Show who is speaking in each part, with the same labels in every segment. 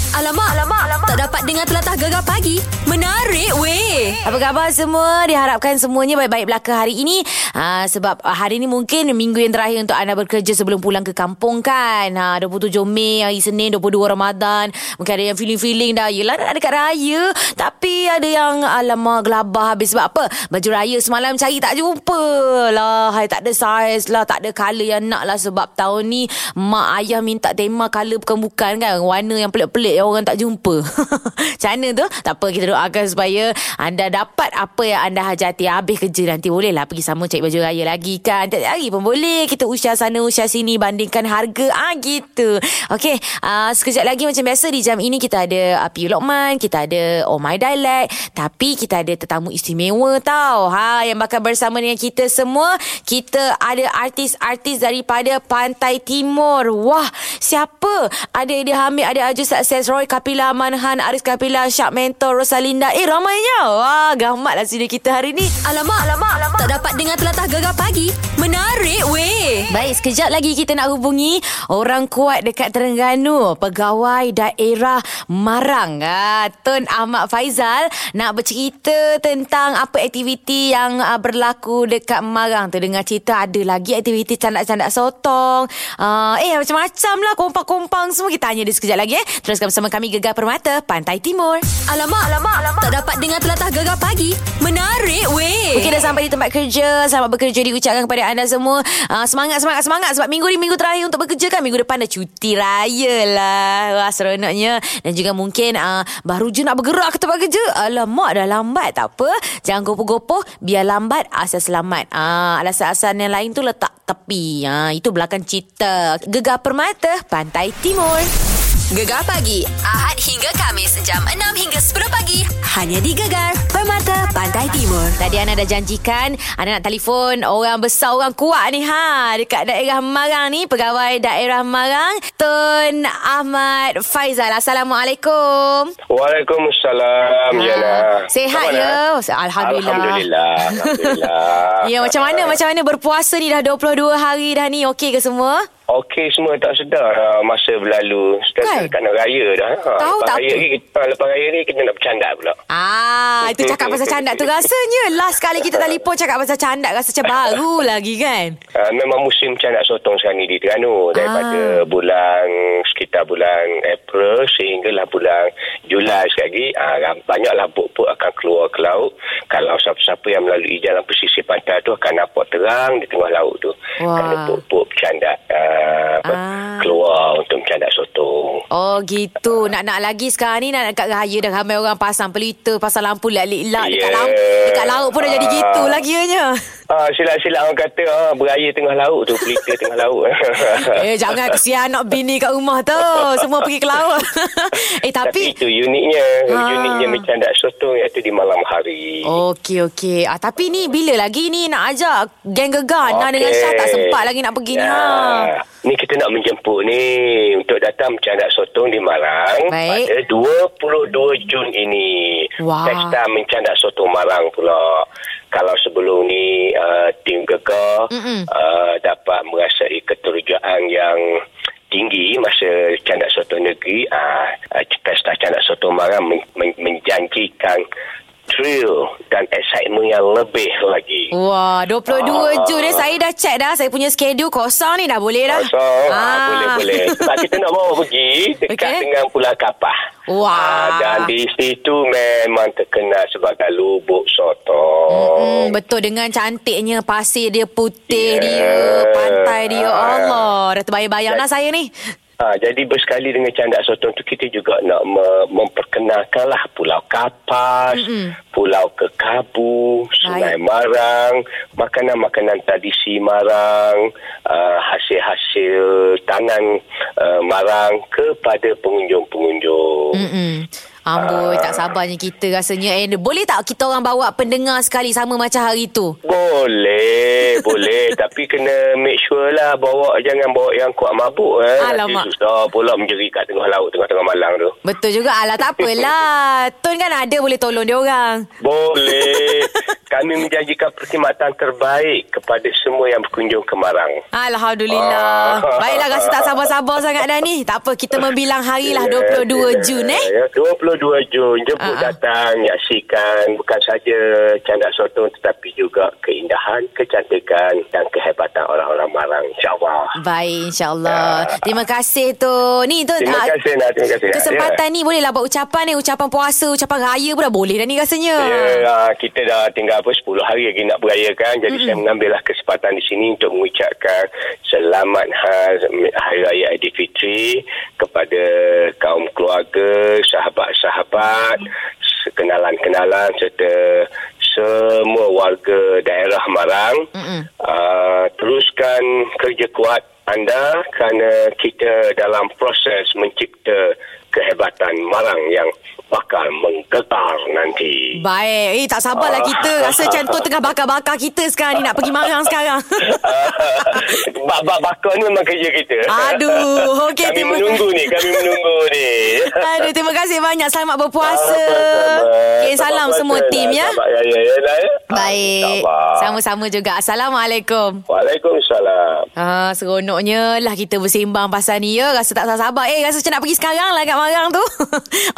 Speaker 1: Alamak, alamak, alamak. Tak dapat dengar telatah gegar pagi. Menarik weh.
Speaker 2: Apa khabar semua? Diharapkan semuanya baik-baik belaka hari ini. Ha, sebab ah, hari ini mungkin minggu yang terakhir untuk anda bekerja sebelum pulang ke kampung kan. Ha, 27 Mei, hari Senin, 22 Ramadan. Mungkin ada yang feeling-feeling dah. Yelah nak dekat raya. Tapi ada yang alamak gelabah habis. Sebab apa? Baju raya semalam cari tak jumpa. Lah, hai, tak ada saiz lah. Tak ada colour yang nak lah. Sebab tahun ni mak ayah minta tema colour bukan-bukan kan. Warna yang pelik-pelik yang orang tak jumpa. Macam mana tu? Tak apa kita doakan supaya anda dapat apa yang anda hajati. Habis kerja nanti boleh lah pergi sama cari baju raya lagi kan. Tiap hari pun boleh. Kita usia sana usia sini bandingkan harga. Ah gitu. Okey, uh, sekejap lagi macam biasa di jam ini kita ada uh, Piu Lokman, kita ada Oh My Dialect, tapi kita ada tetamu istimewa tau. Ha yang bakal bersama dengan kita semua. Kita ada artis-artis daripada Pantai Timur. Wah, siapa? Ada Edi Hamid, ada Aju Success, Roy Kapila, Manhan, Aris Kapila, Syak Mentor, Rosalinda. Eh, ramainya. Wah, gamat lah studio kita hari ni.
Speaker 1: Alamak, alamak, alamak. Tak dapat dengar telatah gegar pagi. Menarik weh.
Speaker 2: Baik, sekejap lagi kita nak hubungi orang kuat dekat Terengganu, pegawai daerah Marang. Ah, Tun Ahmad Faizal nak bercerita tentang apa aktiviti yang ah, berlaku dekat Marang tu. Dengar cerita ada lagi aktiviti candak-candak sotong. Ah, eh, macam-macam lah kompang-kompang semua. Kita tanya dia sekejap lagi eh. Teruskan bersama kami Gegar Permata, Pantai Timur.
Speaker 1: Alamak, alamak, alamak. Tak dapat dengar telatah gegar pagi. Menarik weh.
Speaker 2: Mungkin dah sampai di tempat kerja Selamat bekerja Diucapkan kepada anda semua uh, Semangat, semangat, semangat Sebab minggu ni minggu terakhir Untuk bekerja kan Minggu depan dah cuti raya lah Wah seronoknya Dan juga mungkin uh, Baru je nak bergerak ke tempat kerja Alamak dah lambat Tak apa Jangan gopoh-gopoh Biar lambat Asal selamat uh, Alasan-alasan yang lain tu letak tepi uh, Itu belakang cerita Gegar Permata Pantai Timur
Speaker 1: Gegar pagi Ahad hingga Kamis jam 6 hingga 10 pagi Ha- hanya di Gegar Permata Pantai Timur.
Speaker 2: Tadi Ana dah janjikan Ana nak telefon Orang besar orang kuat ni ha Dekat daerah Marang ni Pegawai daerah Marang Tun Ahmad Faizal Assalamualaikum
Speaker 3: Waalaikumsalam
Speaker 2: Ah,
Speaker 3: Yana. Macam
Speaker 2: Sehat
Speaker 3: mana?
Speaker 2: ya Alhamdulillah
Speaker 3: Alhamdulillah. Alhamdulillah.
Speaker 2: Ya macam mana Macam mana berpuasa ni Dah 22 hari dah ni Okey ke semua
Speaker 3: Okey semua tak sedar lah masa berlalu.
Speaker 2: Kan?
Speaker 3: Sekarang dekat nak raya dah. Ha,
Speaker 2: Tahu
Speaker 3: lepas
Speaker 2: tak
Speaker 3: raya
Speaker 2: apa?
Speaker 3: ni, kita, lepas raya ni kita nak bercanda pula.
Speaker 2: Ah, itu cakap pasal candak tu rasanya last kali kita telefon cakap pasal candak rasa macam baru lagi kan.
Speaker 3: Uh, memang musim candak sotong sekarang ni di
Speaker 2: Ah.
Speaker 3: Terengganu daripada bulan sekitar bulan April sehinggalah bulan Julai sekali lagi uh, banyaklah bot-bot akan keluar ke laut kalau siapa-siapa yang melalui jalan pesisir pantai tu akan nampak terang di tengah laut tu
Speaker 2: Wah.
Speaker 3: kerana bot-bot candak uh, apa,
Speaker 2: Ah.
Speaker 3: keluar untuk candak sotong
Speaker 2: Oh gitu Nak-nak lagi sekarang ni Nak dekat raya Dah ramai orang pasang pelita Pasang lampu lak-lak yeah.
Speaker 3: Yeah.
Speaker 2: Dekat laut Dekat laut pun dah jadi
Speaker 3: Ah.
Speaker 2: gitu lah kiranya
Speaker 3: Ah, silap-silap orang kata ah, beraya tengah laut tu, pelita tengah laut.
Speaker 2: Eh jangan kesian Nak bini kat rumah tu Semua pergi ke laut Eh tapi
Speaker 3: tapi itu uniknya.
Speaker 2: Ah.
Speaker 3: Uniknya bercandak sotong iaitu di malam hari.
Speaker 2: Okey okey ah, Tapi ni bila lagi ni Nak ajak Geng gegar Nah dengan Syah tak sempat lagi nak pergi ni ha.
Speaker 3: Ya. Ni kita nak menjemput ni untuk datang mencandak sotong di Marang
Speaker 2: Baik.
Speaker 3: pada 22 Jun ini.
Speaker 2: Wah.
Speaker 3: Pesta mencandak sotong Marang pula. Kalau sebelum ni uh, tim Gegar
Speaker 2: Mm-mm.
Speaker 3: uh, dapat merasai keterjaan yang tinggi masa candak sotong negeri uh, pesta candak sotong Marang men- men- menjanjikan thrill dan excitement yang lebih lagi.
Speaker 2: Wah 22
Speaker 3: Ah.
Speaker 2: Jun eh Saya dah check dah Saya punya schedule kosong ni Dah boleh dah
Speaker 3: Kosong. Ah. Boleh, boleh. Sebab kita nak bawa pergi dekat
Speaker 2: Okey.
Speaker 3: okay. dengan Pulau Kapah.
Speaker 2: Wah.
Speaker 3: Ah, dan di situ memang terkenal sebagai lubuk sotong.
Speaker 2: Hmm, betul dengan cantiknya pasir dia putih yeah.
Speaker 3: Yeah.
Speaker 2: dia pantai dia Allah dah terbayang-bayang lah saya ni.
Speaker 3: Ha, jadi bersekali dengan candak sotong tu kita juga nak me- memperkenalkanlah Pulau Kapas, mm Pulau Kekabu, Sungai
Speaker 2: Baik.
Speaker 3: Marang, makanan-makanan tradisi Marang, uh, hasil-hasil tangan uh, Marang kepada ah, pengunjung-pengunjung. Ah.
Speaker 2: Hmm. Amboi, tak sabarnya kita rasanya. And boleh tak kita orang bawa pendengar sekali sama macam hari tu?
Speaker 3: Boleh, boleh. Tapi kena make sure lah bawa jangan bawa yang kuat mabuk eh.
Speaker 2: Alamak.
Speaker 3: Nanti susah pula menjerit kat tengah laut tengah-tengah malam tu.
Speaker 2: Betul juga. Alah, tak apalah. Tun kan ada boleh tolong dia orang.
Speaker 3: Boleh. Kami menjanjikan perkhidmatan terbaik kepada semua yang berkunjung ke Marang.
Speaker 2: Alhamdulillah.
Speaker 3: Ah.
Speaker 2: Baiklah, rasa tak sabar-sabar sangat dah ni. Tak apa, kita membilang lah, harilah 22 Jun eh.
Speaker 3: Ya, 22 Jun. Jemput
Speaker 2: Ah, ah.
Speaker 3: datang, yaksikan bukan saja candak sotong tetapi juga keindahan, kecantikan dan kehebatan orang-orang Marang. InsyaAllah.
Speaker 2: Baik, insyaAllah. Terima kasih tu. Ni tu
Speaker 3: Ya. Terima
Speaker 2: ah,
Speaker 3: kasih nak terima kasih. Ya. Nak.
Speaker 2: kesempatan ni bolehlah buat ucapan ni. Ucapan puasa, ucapan raya pun dah boleh dah ni rasanya.
Speaker 3: Ya, ah, kita dah tinggal apa 10 hari lagi nak berayakan. Jadi mm saya mengambillah kesempatan di sini untuk mengucapkan selamat Har- Hari Raya Aidilfitri kepada kaum keluarga, sahabat-sahabat, se- kenalan-kenalan serta semua warga daerah Marang.
Speaker 2: Mm-mm.
Speaker 3: Ah, teruskan kerja kuat anda kerana kita dalam proses mencipta kehebatan Marang yang bakal menggetar nanti.
Speaker 2: Baik. Eh, tak sabarlah
Speaker 3: Ah.
Speaker 2: kita. Rasa macam tu tengah bakar-bakar kita sekarang ni. Nak pergi marang sekarang.
Speaker 3: Bak-bak bakar ni memang kerja kita.
Speaker 2: Aduh, okey,
Speaker 3: Kami
Speaker 2: terima-
Speaker 3: menunggu ni, kami menunggu ni.
Speaker 2: Aduh, terima kasih banyak. Selamat berpuasa.
Speaker 3: Ah, Selamat-
Speaker 2: Okay, salam
Speaker 3: selamat
Speaker 2: semua
Speaker 3: puasa
Speaker 2: tim
Speaker 3: lah.
Speaker 2: ya.
Speaker 3: Selamat raya ya, Dah, ya.
Speaker 2: Baik.
Speaker 3: Sabar.
Speaker 2: Sama-sama juga. Assalamualaikum.
Speaker 3: Waalaikumsalam.
Speaker 2: Ah, seronoknya lah kita bersembang pasal ni ya. Rasa tak sabar-sabar. Eh, rasa macam nak pergi sekarang lah kat Marang tu.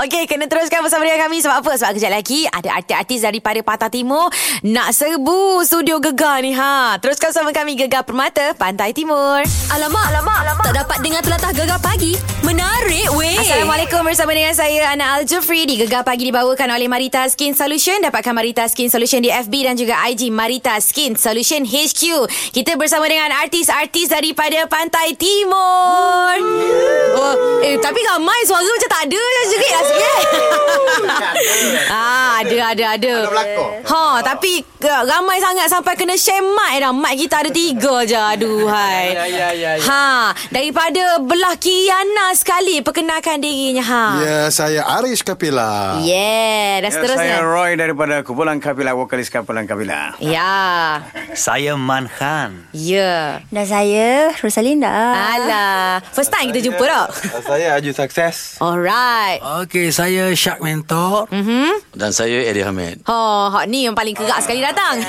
Speaker 2: Okey, kena teruskan bersama dengan kami. Sebab apa? Sebab kejap lagi ada artis-artis daripada Patah Timur nak serbu studio Gegar ni. ha. Teruskan bersama kami Gegar Permata, Pantai Timur.
Speaker 1: Alamak, alamak, alamak. Tak dapat dengar telatah gegar pagi. Menarik weh.
Speaker 2: Assalamualaikum bersama dengan saya Ana Al Jufri di Gegar Pagi dibawakan oleh Marita Skin Solution. Dapatkan Marita Skin Solution di FB dan juga IG Marita Skin Solution HQ. Kita bersama dengan artis-artis daripada Pantai Timur. Oh, eh tapi ramai suara macam tak ada jerit lah sikit. ah, ada ada ada.
Speaker 4: Ada belakang.
Speaker 2: Ha, tapi uh, ramai sangat sampai kena share mic dah. Mic kita ada tiga je. Aduhai.
Speaker 5: Ya, ya, ya, ya.
Speaker 2: Ha, daripada belah kiri Ana sekali perkenalkan dirinya. Ha.
Speaker 4: Ya, saya Arish Kapila.
Speaker 2: Yeah, dan Ya, seterusnya.
Speaker 5: Ya, Saya Roy daripada Kumpulan Kapila, vokalis Kumpulan Kapila.
Speaker 2: Ya.
Speaker 6: Saya Manhan.
Speaker 2: Ya.
Speaker 7: Dan saya Rosalinda.
Speaker 2: Alah, first time kita jumpa tak?
Speaker 8: Saya Aju Success.
Speaker 2: Alright.
Speaker 9: Okey, saya Syak Mentor.
Speaker 2: Mhm.
Speaker 6: Dan saya Eddie Hamid.
Speaker 2: Oh, hak ni yang paling kerak sekali datang.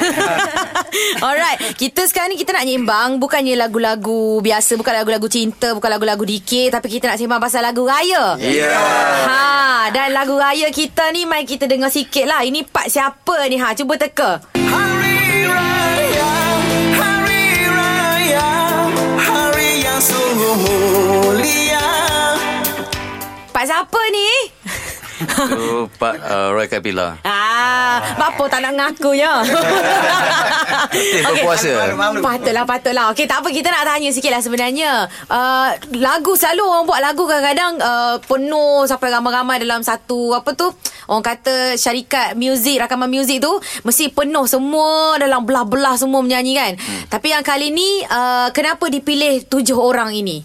Speaker 2: Alright, kita sekarang ni kita nak nyimbang bukannya lagu-lagu biasa, bukan lagu-lagu cinta, bukan lagu-lagu dikir, tapi kita nak sembang pasal lagu raya.
Speaker 6: Ya.
Speaker 2: Ha, dan lagu raya kita ni mai kita dengar sikit lah. Ini part siapa ni ha? Cuba teka.
Speaker 9: Hari Raya, Hari Raya, Hari yang sungguh mulia.
Speaker 2: Part siapa ni?
Speaker 6: Itu Pak uh, Roy Kapila.
Speaker 2: Ah, bapo tak nak ngaku ya.
Speaker 6: Aktif
Speaker 2: Okey.
Speaker 6: berpuasa.
Speaker 2: Patutlah, patutlah. Okey, tak apa. Kita nak tanya sikit lah sebenarnya. Uh, lagu, selalu orang buat lagu kadang-kadang uh, penuh sampai ramai-ramai dalam satu, apa tu, orang kata syarikat muzik, rakaman muzik tu, mesti penuh semua dalam belah-belah semua menyanyi kan. Hmm. Tapi yang kali ni, uh, kenapa dipilih tujuh orang ini?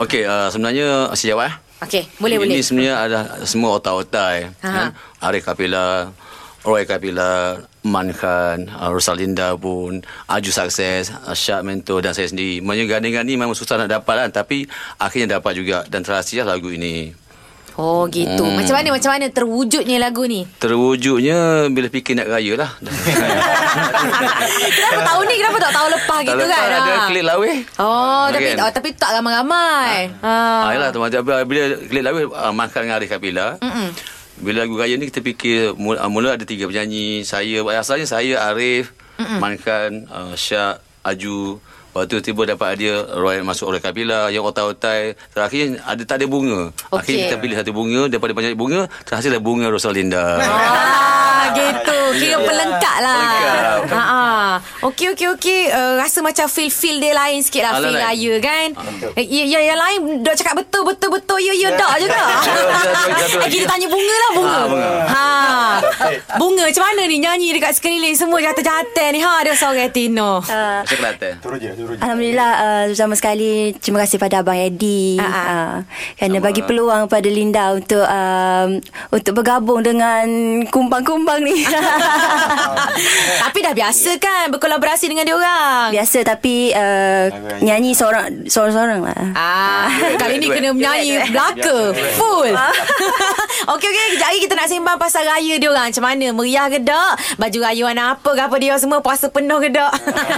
Speaker 6: Okey, uh, sebenarnya saya jawab eh.
Speaker 2: Okey, boleh,
Speaker 6: Ini
Speaker 2: boleh.
Speaker 6: sebenarnya ada semua otak-otak.
Speaker 2: Ha.
Speaker 6: Ha. Kan? Arif Kapila, Roy Kapila, Man Khan, uh, Rosalinda pun, Aju Sukses, uh, Syak Mentor dan saya sendiri. Maksudnya gandingan ni memang susah nak dapat kan. Tapi akhirnya dapat juga. Dan terhasil lah lagu ini.
Speaker 2: Oh, gitu. Hmm.
Speaker 6: Hmm.
Speaker 2: Macam mana, macam mana terwujudnya lagu ni?
Speaker 6: Terwujudnya bila fikir nak raya lah.
Speaker 2: kenapa tahun ni, kenapa tak tahun lepas
Speaker 6: Tak
Speaker 2: gitu
Speaker 6: lepas
Speaker 2: kan?
Speaker 6: ada
Speaker 2: Ha.
Speaker 6: klik lah weh.
Speaker 2: Oh, tapi,
Speaker 6: Kan?
Speaker 2: oh, tapi tak ramai-ramai. Ha.
Speaker 6: Ah, yalah tu macam bila klik lawi uh, makan dengan Arif Kapila.
Speaker 2: Ah.
Speaker 6: Mm-mm. Bila lagu raya ni kita fikir mula, ah, mula ada tiga penyanyi. Saya asalnya saya Arif, Mm-mm. Mankan, uh, Syak, Aju. Lepas tu tiba dapat dia Roy masuk oleh Kapila yang otai-otai. Terakhir ada tak ada bunga.
Speaker 2: Okey.
Speaker 6: Akhirnya kita pilih satu bunga daripada banyak bunga terhasillah bunga Rosalinda.
Speaker 2: Ah, gitu. Kira pelengkap lah.
Speaker 6: Pelengkap.
Speaker 2: Ha ah. Okey okey okey. Uh, rasa macam feel-feel dia lain sikit lah.
Speaker 6: Ah,
Speaker 2: Feel
Speaker 6: lain.
Speaker 2: raya kan. Eh, Ya, ya, yang lain dok cakap betul betul betul ya ya dak je tak.
Speaker 6: Satu lagi.
Speaker 2: Eh, Kita tanya bunga lah bunga.
Speaker 6: Ah, bunga.
Speaker 2: Ha. Bunga macam mana ni nyanyi dekat sekeliling semua jatuh-jatuh ni ha dia seorang Tino.
Speaker 7: Uh,
Speaker 6: Macam Kelantan.
Speaker 4: Turun je, turun je.
Speaker 7: Alhamdulillah uh, Pertama sekali Terima kasih pada Abang Eddie
Speaker 2: Ah, ah.
Speaker 7: uh, Kerana
Speaker 6: Sama.
Speaker 7: bagi peluang pada Linda Untuk um, Untuk bergabung dengan Kumbang-kumbang ni
Speaker 2: Tapi dah biasa kan berkolaborasi dengan dia orang.
Speaker 7: Biasa tapi uh, Nyanyi seorang Seorang-seorang lah
Speaker 2: Ah, kali ni
Speaker 6: duet.
Speaker 2: kena
Speaker 7: Duet,
Speaker 2: menyanyi
Speaker 7: duet.
Speaker 2: belaka full.
Speaker 7: Ah.
Speaker 2: okey okey kejap lagi kita nak sembang pasal raya dia orang. Macam mana meriah ke tak? Baju raya warna apa ke apa dia semua puasa penuh ke tak?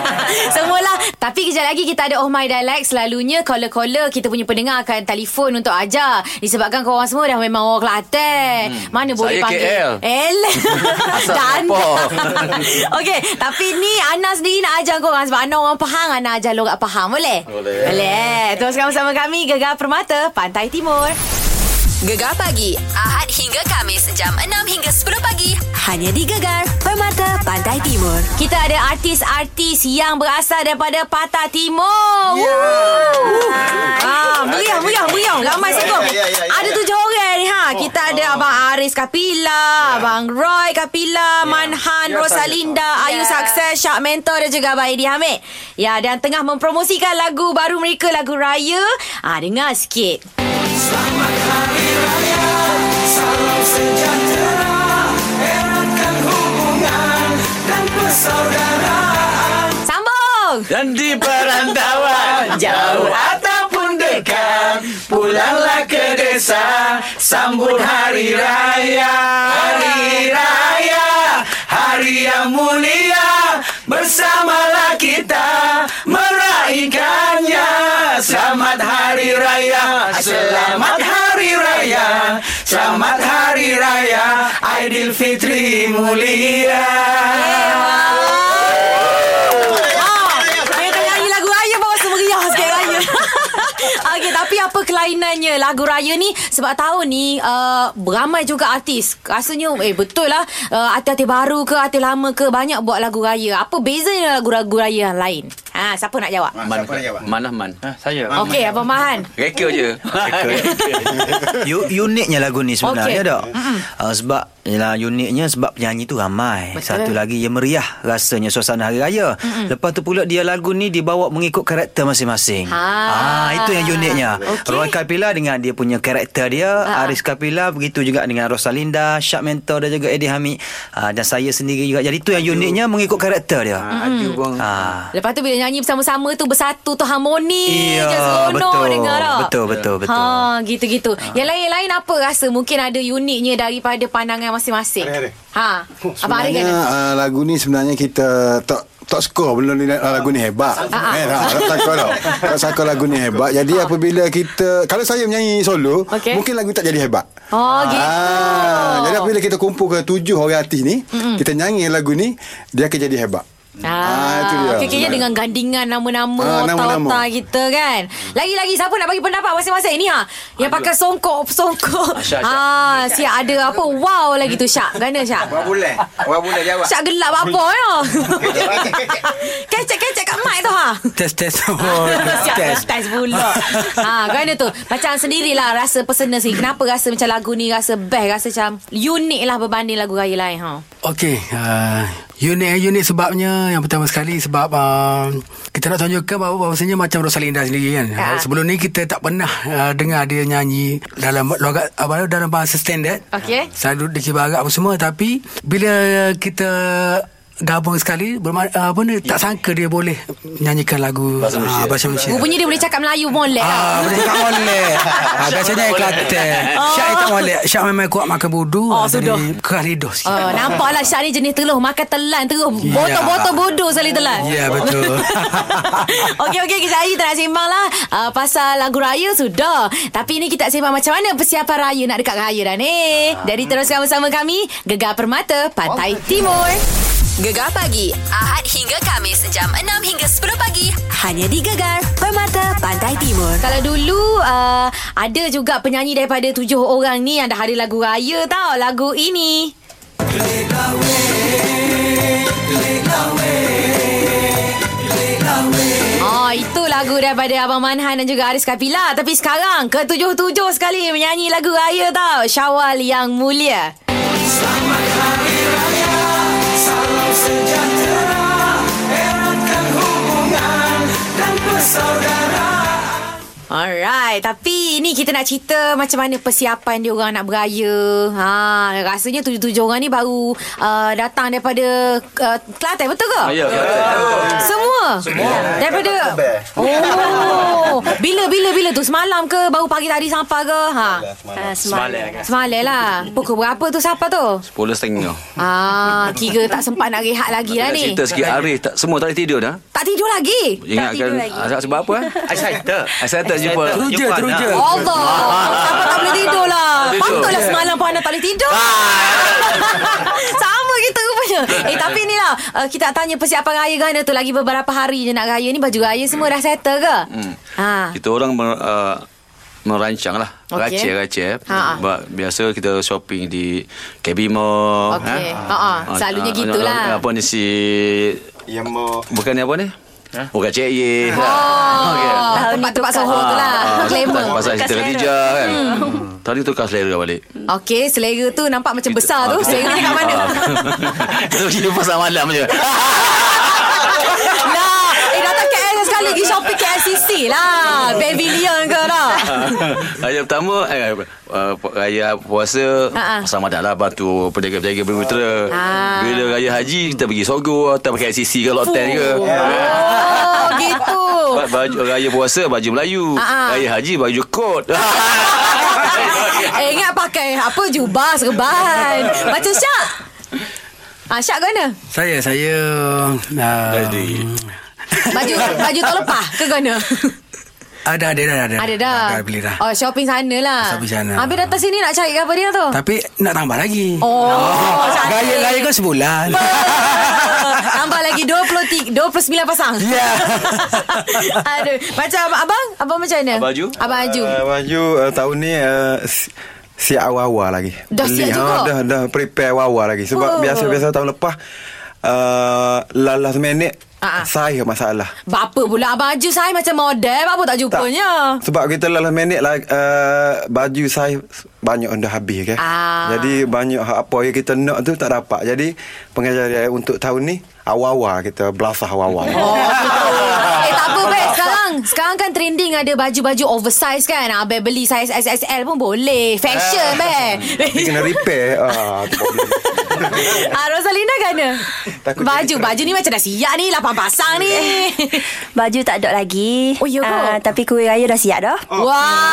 Speaker 2: Semualah. Tapi kejap lagi kita ada Oh My Dialect selalunya caller-caller kita punya pendengar akan telefon untuk ajar. Disebabkan korang semua dah memang orang Kelantan. Hmm. Mana boleh
Speaker 6: Saya KL.
Speaker 2: panggil El.
Speaker 6: Asal
Speaker 2: Dan
Speaker 6: Johor.
Speaker 2: Okey, tapi ni Ana sendiri nak ajar korang sebab Ana orang Pahang, Ana ajar logat Pahang boleh?
Speaker 6: Boleh.
Speaker 2: Boleh. Teruskan bersama kami Gegar Permata Pantai Timur.
Speaker 1: Gegar pagi Ahad hingga Kamis jam 6 hingga 10 pagi Ha- hanya di Gegar Permata Pantai Timur.
Speaker 2: Kita ada artis-artis yang berasal daripada Patah Timur. Yeah. Ah, meriah, meriah, meriah. Ramai sokong.
Speaker 4: Ya. ya, ya, oh. ya,
Speaker 2: Ada
Speaker 4: ya.
Speaker 2: tujuh orang ni ha. Kita ada Abang Aris Kapila, Abang Roy Kapila, Manhan,
Speaker 4: Ya,
Speaker 2: Rosalinda, Ayu Sukses, Syak Mentor dan juga Abang Edi Hamid. Ya, dan tengah mempromosikan lagu baru mereka, lagu Raya. Ah, dengar sikit. Ha. Sambung!
Speaker 5: Dan di perantauan Jauh ataupun dekat Pulanglah ke desa Sambut hari raya Hari raya Hari yang mulia Bersamalah kita Meraihkannya Selamat Hari Raya Selamat Hari Raya Selamat Hari Raya Aidilfitri mulia
Speaker 2: Ah, Saya tengah nyanyi lagu raya Bawa semeriah sikit raya Okey, tapi apa kelainannya lagu raya ni? Sebab tahun ni uh, ramai juga artis. Rasanya eh betul lah uh, artis-artis baru ke artis lama ke banyak buat lagu raya. Apa bezanya dengan lagu-lagu raya yang lain? Ha, siapa nak jawab?
Speaker 6: Man, manah man.
Speaker 8: Ha, Saya
Speaker 2: Okey, Abang Mahan.
Speaker 6: Reka je.
Speaker 8: U- Uniknya lagu ni
Speaker 2: Okey.
Speaker 8: sebenarnya okay. dok uh, Sebab Yelah uniknya Sebab penyanyi tu ramai Betul. Satu lagi Dia meriah Rasanya suasana hari raya mm Lepas tu pula Dia lagu ni Dibawa mengikut karakter masing-masing
Speaker 2: Ah.
Speaker 8: ah Itu yang uniknya
Speaker 2: Okey.
Speaker 8: okay. Roy Kapila Dengan dia punya karakter dia
Speaker 2: Ah.
Speaker 8: Aris Kapila Begitu juga dengan Rosalinda Syak Mentor Dan juga Eddie Hamid uh, Dan saya sendiri juga Jadi itu yang uniknya Mengikut karakter dia
Speaker 5: Aju bang
Speaker 8: Ah.
Speaker 2: Lepas tu bila nyanyi bersama-sama tu bersatu tu harmoni
Speaker 8: Iya,
Speaker 2: je seronok
Speaker 8: betul.
Speaker 2: dengar tak?
Speaker 8: Betul, betul, betul.
Speaker 2: Ha, gitu-gitu. Ha. Yang lain-lain apa rasa mungkin ada uniknya daripada pandangan masing-masing?
Speaker 4: Ada, ada.
Speaker 2: Ha. Oh, Abang Arif
Speaker 4: Sebenarnya
Speaker 2: kena.
Speaker 4: uh, lagu ni sebenarnya kita tak tak skor belum ni uh, lagu ni hebat.
Speaker 2: Ah,
Speaker 4: Eh, tak tak skor tau. Tak skor lagu ni hebat. Jadi apabila kita kalau saya menyanyi solo,
Speaker 2: Okey.
Speaker 4: mungkin lagu tak jadi hebat.
Speaker 2: Oh, gitu.
Speaker 4: Ah, jadi apabila kita kumpul ke tujuh orang artis ni, Mm-mm. kita nyanyi lagu ni, dia akan jadi hebat. Ah, itu dia.
Speaker 2: Okey, kira dengan gandingan
Speaker 4: Ah,
Speaker 2: nama-nama,
Speaker 4: nama-nama.
Speaker 2: otak-otak kita kan. Lagi-lagi siapa nak bagi pendapat masing-masing ni ha? Yang pakai songkok, songkok.
Speaker 6: Syak, Syak.
Speaker 2: Ah, siap ada apa wow lagi tu Syak. Gana Syak?
Speaker 5: Wah boleh Wah boleh jawab
Speaker 2: Syak gelap apa ya? Kecek-kecek kat mic tu ha.
Speaker 8: Test test oh,
Speaker 2: Test Test pula ha, Kerana tu Macam sendirilah Rasa personal sendiri Kenapa rasa macam lagu ni Rasa best Rasa macam Unik lah berbanding lagu raya lain ha.
Speaker 9: Okey, uh, unik eh, unik sebabnya yang pertama sekali sebab uh, kita nak tunjukkan bahawa bahawasanya macam Rosalinda sendiri kan.
Speaker 2: Ah.
Speaker 9: Uh. Sebelum ni kita tak pernah uh, dengar dia nyanyi dalam logat apa dalam bahasa standard.
Speaker 2: Okey.
Speaker 9: Selalu dikibar apa semua tapi bila kita gabung sekali berma- uh, apa ni tak sangka dia boleh nyanyikan lagu bahasa Malaysia. Uh, bahasa Malaysia.
Speaker 2: Rupanya dia boleh cakap Melayu boleh lah
Speaker 9: Ah, boleh cakap molek. Ah, biasanya
Speaker 6: tak boleh.
Speaker 9: Kelantan. Syak dia tak molek. Syak memang kuat makan budu.
Speaker 2: Oh,
Speaker 9: ah, jadi
Speaker 2: sudah.
Speaker 9: Keras lidah sikit.
Speaker 2: Oh, nampaklah Syak ni jenis teluh Makan telan terus Botol-botol bodoh sekali telan
Speaker 9: Ya, betul.
Speaker 2: Okey okey kejap lagi kita nak sembang lah uh, Pasal lagu raya sudah Tapi ni kita nak sembang macam mana Persiapan raya nak dekat raya dah ni Jadi teruskan bersama kami Gegar Permata Pantai Timur
Speaker 1: Gegar pagi Ahad hingga Kamis jam 6 hingga 10 pagi hanya di Gegar Permata Pantai Timur.
Speaker 2: Kalau dulu uh, ada juga penyanyi daripada tujuh orang ni yang dah ada lagu raya tau. Lagu ini. Oh, itu lagu daripada Abang Manhan dan juga Aris Kapila. Tapi sekarang, ketujuh-tujuh sekali menyanyi lagu raya tau. Syawal Yang Mulia.
Speaker 9: Hari
Speaker 5: sejahtera Eratkan hubungan dan persaudaraan
Speaker 2: Alright, tapi ni kita nak cerita macam mana persiapan dia orang nak beraya. Ha, rasanya tujuh-tujuh orang ni baru uh, datang daripada uh, Kelantan, betul ke?
Speaker 6: Ya.
Speaker 2: Semua? Semua. Daripada Oh. Bila bila bila tu semalam ke baru pagi tadi sampai ke? Ha.
Speaker 7: Ah, semalam.
Speaker 6: kan?
Speaker 2: Semalam lah. Pukul berapa tu sampai tu?
Speaker 6: Sepuluh setengah.
Speaker 2: Ah, kira tak sempat nak rehat lagi lah
Speaker 6: Nak
Speaker 2: ni.
Speaker 6: cerita sikit Arif tak, Semua tak boleh tidur dah
Speaker 2: Tak tidur lagi.
Speaker 6: Ingatkan
Speaker 7: tidur lagi.
Speaker 6: Azab sebab apa eh?
Speaker 5: Aisyah
Speaker 6: Saya tak jumpa
Speaker 9: Teruja,
Speaker 8: Jumpa,
Speaker 9: teruja.
Speaker 2: Allah. Sampai tak boleh tidur lah.
Speaker 6: Tidur. Ah.
Speaker 2: Patutlah semalam pun anda tak boleh tidur. Sama kita rupanya. Eh, tapi ni lah. Uh, kita nak tanya persiapan raya gana tu. Lagi beberapa hari je nak raya ni. Baju raya semua dah settle ke?
Speaker 6: Hmm.
Speaker 2: Ha.
Speaker 6: Kita orang mer, uh, merancang lah
Speaker 2: Okey.
Speaker 6: Racik-racik
Speaker 2: Ha.
Speaker 6: Sebab biasa kita shopping di KB Mall eh.
Speaker 2: Okey. Ha, ha.
Speaker 6: Ah,
Speaker 2: Selalunya gitulah.
Speaker 6: Apa ni si
Speaker 4: Yang mau
Speaker 6: Bukan ni apa ni Bukan Cik Ye
Speaker 2: Oh,
Speaker 6: Ah, Okey. Ah,
Speaker 2: tempat-tempat Soho tu lah. Glamour. Hmm.
Speaker 6: Pasal
Speaker 7: Tukar
Speaker 6: cerita
Speaker 7: selera.
Speaker 6: Khadijah kan Tadi tukar selera balik
Speaker 2: Okey, selera tu nampak macam besar
Speaker 6: Ah,
Speaker 2: tu. Selera ni kat mana?
Speaker 6: Kita pergi pasar malam je
Speaker 2: Nah, eh datang KL sekali lagi shopping KLCC lah. Pavilion ke lah. dah.
Speaker 6: Raya pertama eh, uh, Raya puasa
Speaker 2: Ha-ha.
Speaker 6: Pasar madak lah Bantu peniaga-peniaga bermutera
Speaker 2: Ah.
Speaker 6: Bila raya haji Kita pergi Sogo Atau pakai SCC ke Lotel ke
Speaker 2: Ya. Oh, gitu.
Speaker 6: Ba- Ya. baju, Raya puasa Baju Melayu
Speaker 2: Ha-ha.
Speaker 6: Raya haji Baju kot
Speaker 2: eh, ingat pakai apa jubah serban. Macam Syak. Ah, Syak ke mana?
Speaker 9: Saya saya uh,
Speaker 6: Jadi.
Speaker 2: Baju baju tak lepas ke mana?
Speaker 9: ada ada ada ada.
Speaker 2: Ada dah.
Speaker 9: Ada beli dah.
Speaker 2: Oh, shopping sana lah.
Speaker 9: Shopping sana.
Speaker 2: Habis datang sini nak cari apa dia tu?
Speaker 9: Tapi nak tambah lagi.
Speaker 2: Oh, cantik.
Speaker 9: Raya raya kan sebulan.
Speaker 2: Tambah lagi 23 29 pasang
Speaker 9: Ya.
Speaker 2: Aduh Macam abang Abang macam mana
Speaker 6: Abang Aju?
Speaker 2: Abang Aju
Speaker 10: Uh, baju uh, tahun ni uh, si- siap awal-awal lagi.
Speaker 2: Dah siap juga?
Speaker 10: Ha, dah, dah prepare awal-awal lagi.
Speaker 2: Oh.
Speaker 10: Sebab biasa-biasa tahun lepas, uh, la- last minute,
Speaker 2: Ah, ah.
Speaker 10: uh saya masalah.
Speaker 2: Bapa pula Abang Aju saya macam model Bapa tak jumpanya
Speaker 10: Sebab kita last minute lah, uh, baju saya banyak dah habis kan.
Speaker 2: Ah.
Speaker 10: Jadi banyak hak apa yang kita nak tu tak dapat. Jadi pengajar saya untuk tahun ni, awal-awal kita belasah awal-awal.
Speaker 2: Oh, gitu. eh tak apa Bek Sekarang Sekarang kan trending Ada baju-baju oversize kan Abang beli size SSL pun boleh Fashion
Speaker 10: Jadi
Speaker 2: Bek
Speaker 10: Ah. kena repair. Ah, tu problem.
Speaker 2: Ah, Rosalina kan?
Speaker 10: Takut
Speaker 2: Baju
Speaker 10: jadi-
Speaker 2: Baju ni macam dah siap ni Lapan pasang ni
Speaker 7: Baju tak ada lagi.
Speaker 2: Oh, ya ke?
Speaker 7: Ah, tapi kuih raya dah siap dah.
Speaker 2: Oh. Wah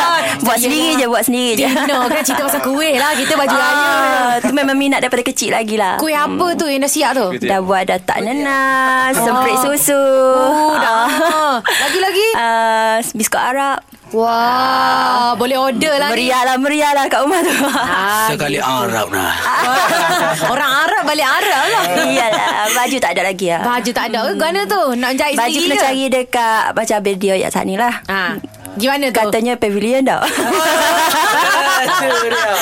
Speaker 7: buat sendiri je, buat sendiri je.
Speaker 2: Dino kan cerita pasal kuih lah Kita baju raya
Speaker 7: Ah, tu memang minat daripada kecil lagi lah.
Speaker 2: Kuih apa tu yang dah siap tu? Ah.
Speaker 7: Dah buat dah tak nenas, semprit susu.
Speaker 2: Oh, dah.
Speaker 7: Ah.
Speaker 2: Lagi-lagi?
Speaker 7: Ah, biskut Arab. Ah.
Speaker 2: Wah, boleh order lah ni.
Speaker 7: Meriah lah, meriah lah kat rumah tu.
Speaker 2: Ah,
Speaker 9: Sekali Arab dah.
Speaker 2: orang Arab balik Arab lah.
Speaker 7: Iyalah, baju tak ada lagi lah.
Speaker 2: Baju tak ada ke? Gana tu? Nak jahit
Speaker 7: Baju
Speaker 2: sendiri
Speaker 7: kena
Speaker 2: ke?
Speaker 7: cari dekat macam Bedia ya saat ni lah.
Speaker 2: Ha. Gimana tu?
Speaker 7: Katanya pavilion tau.
Speaker 2: Yalah,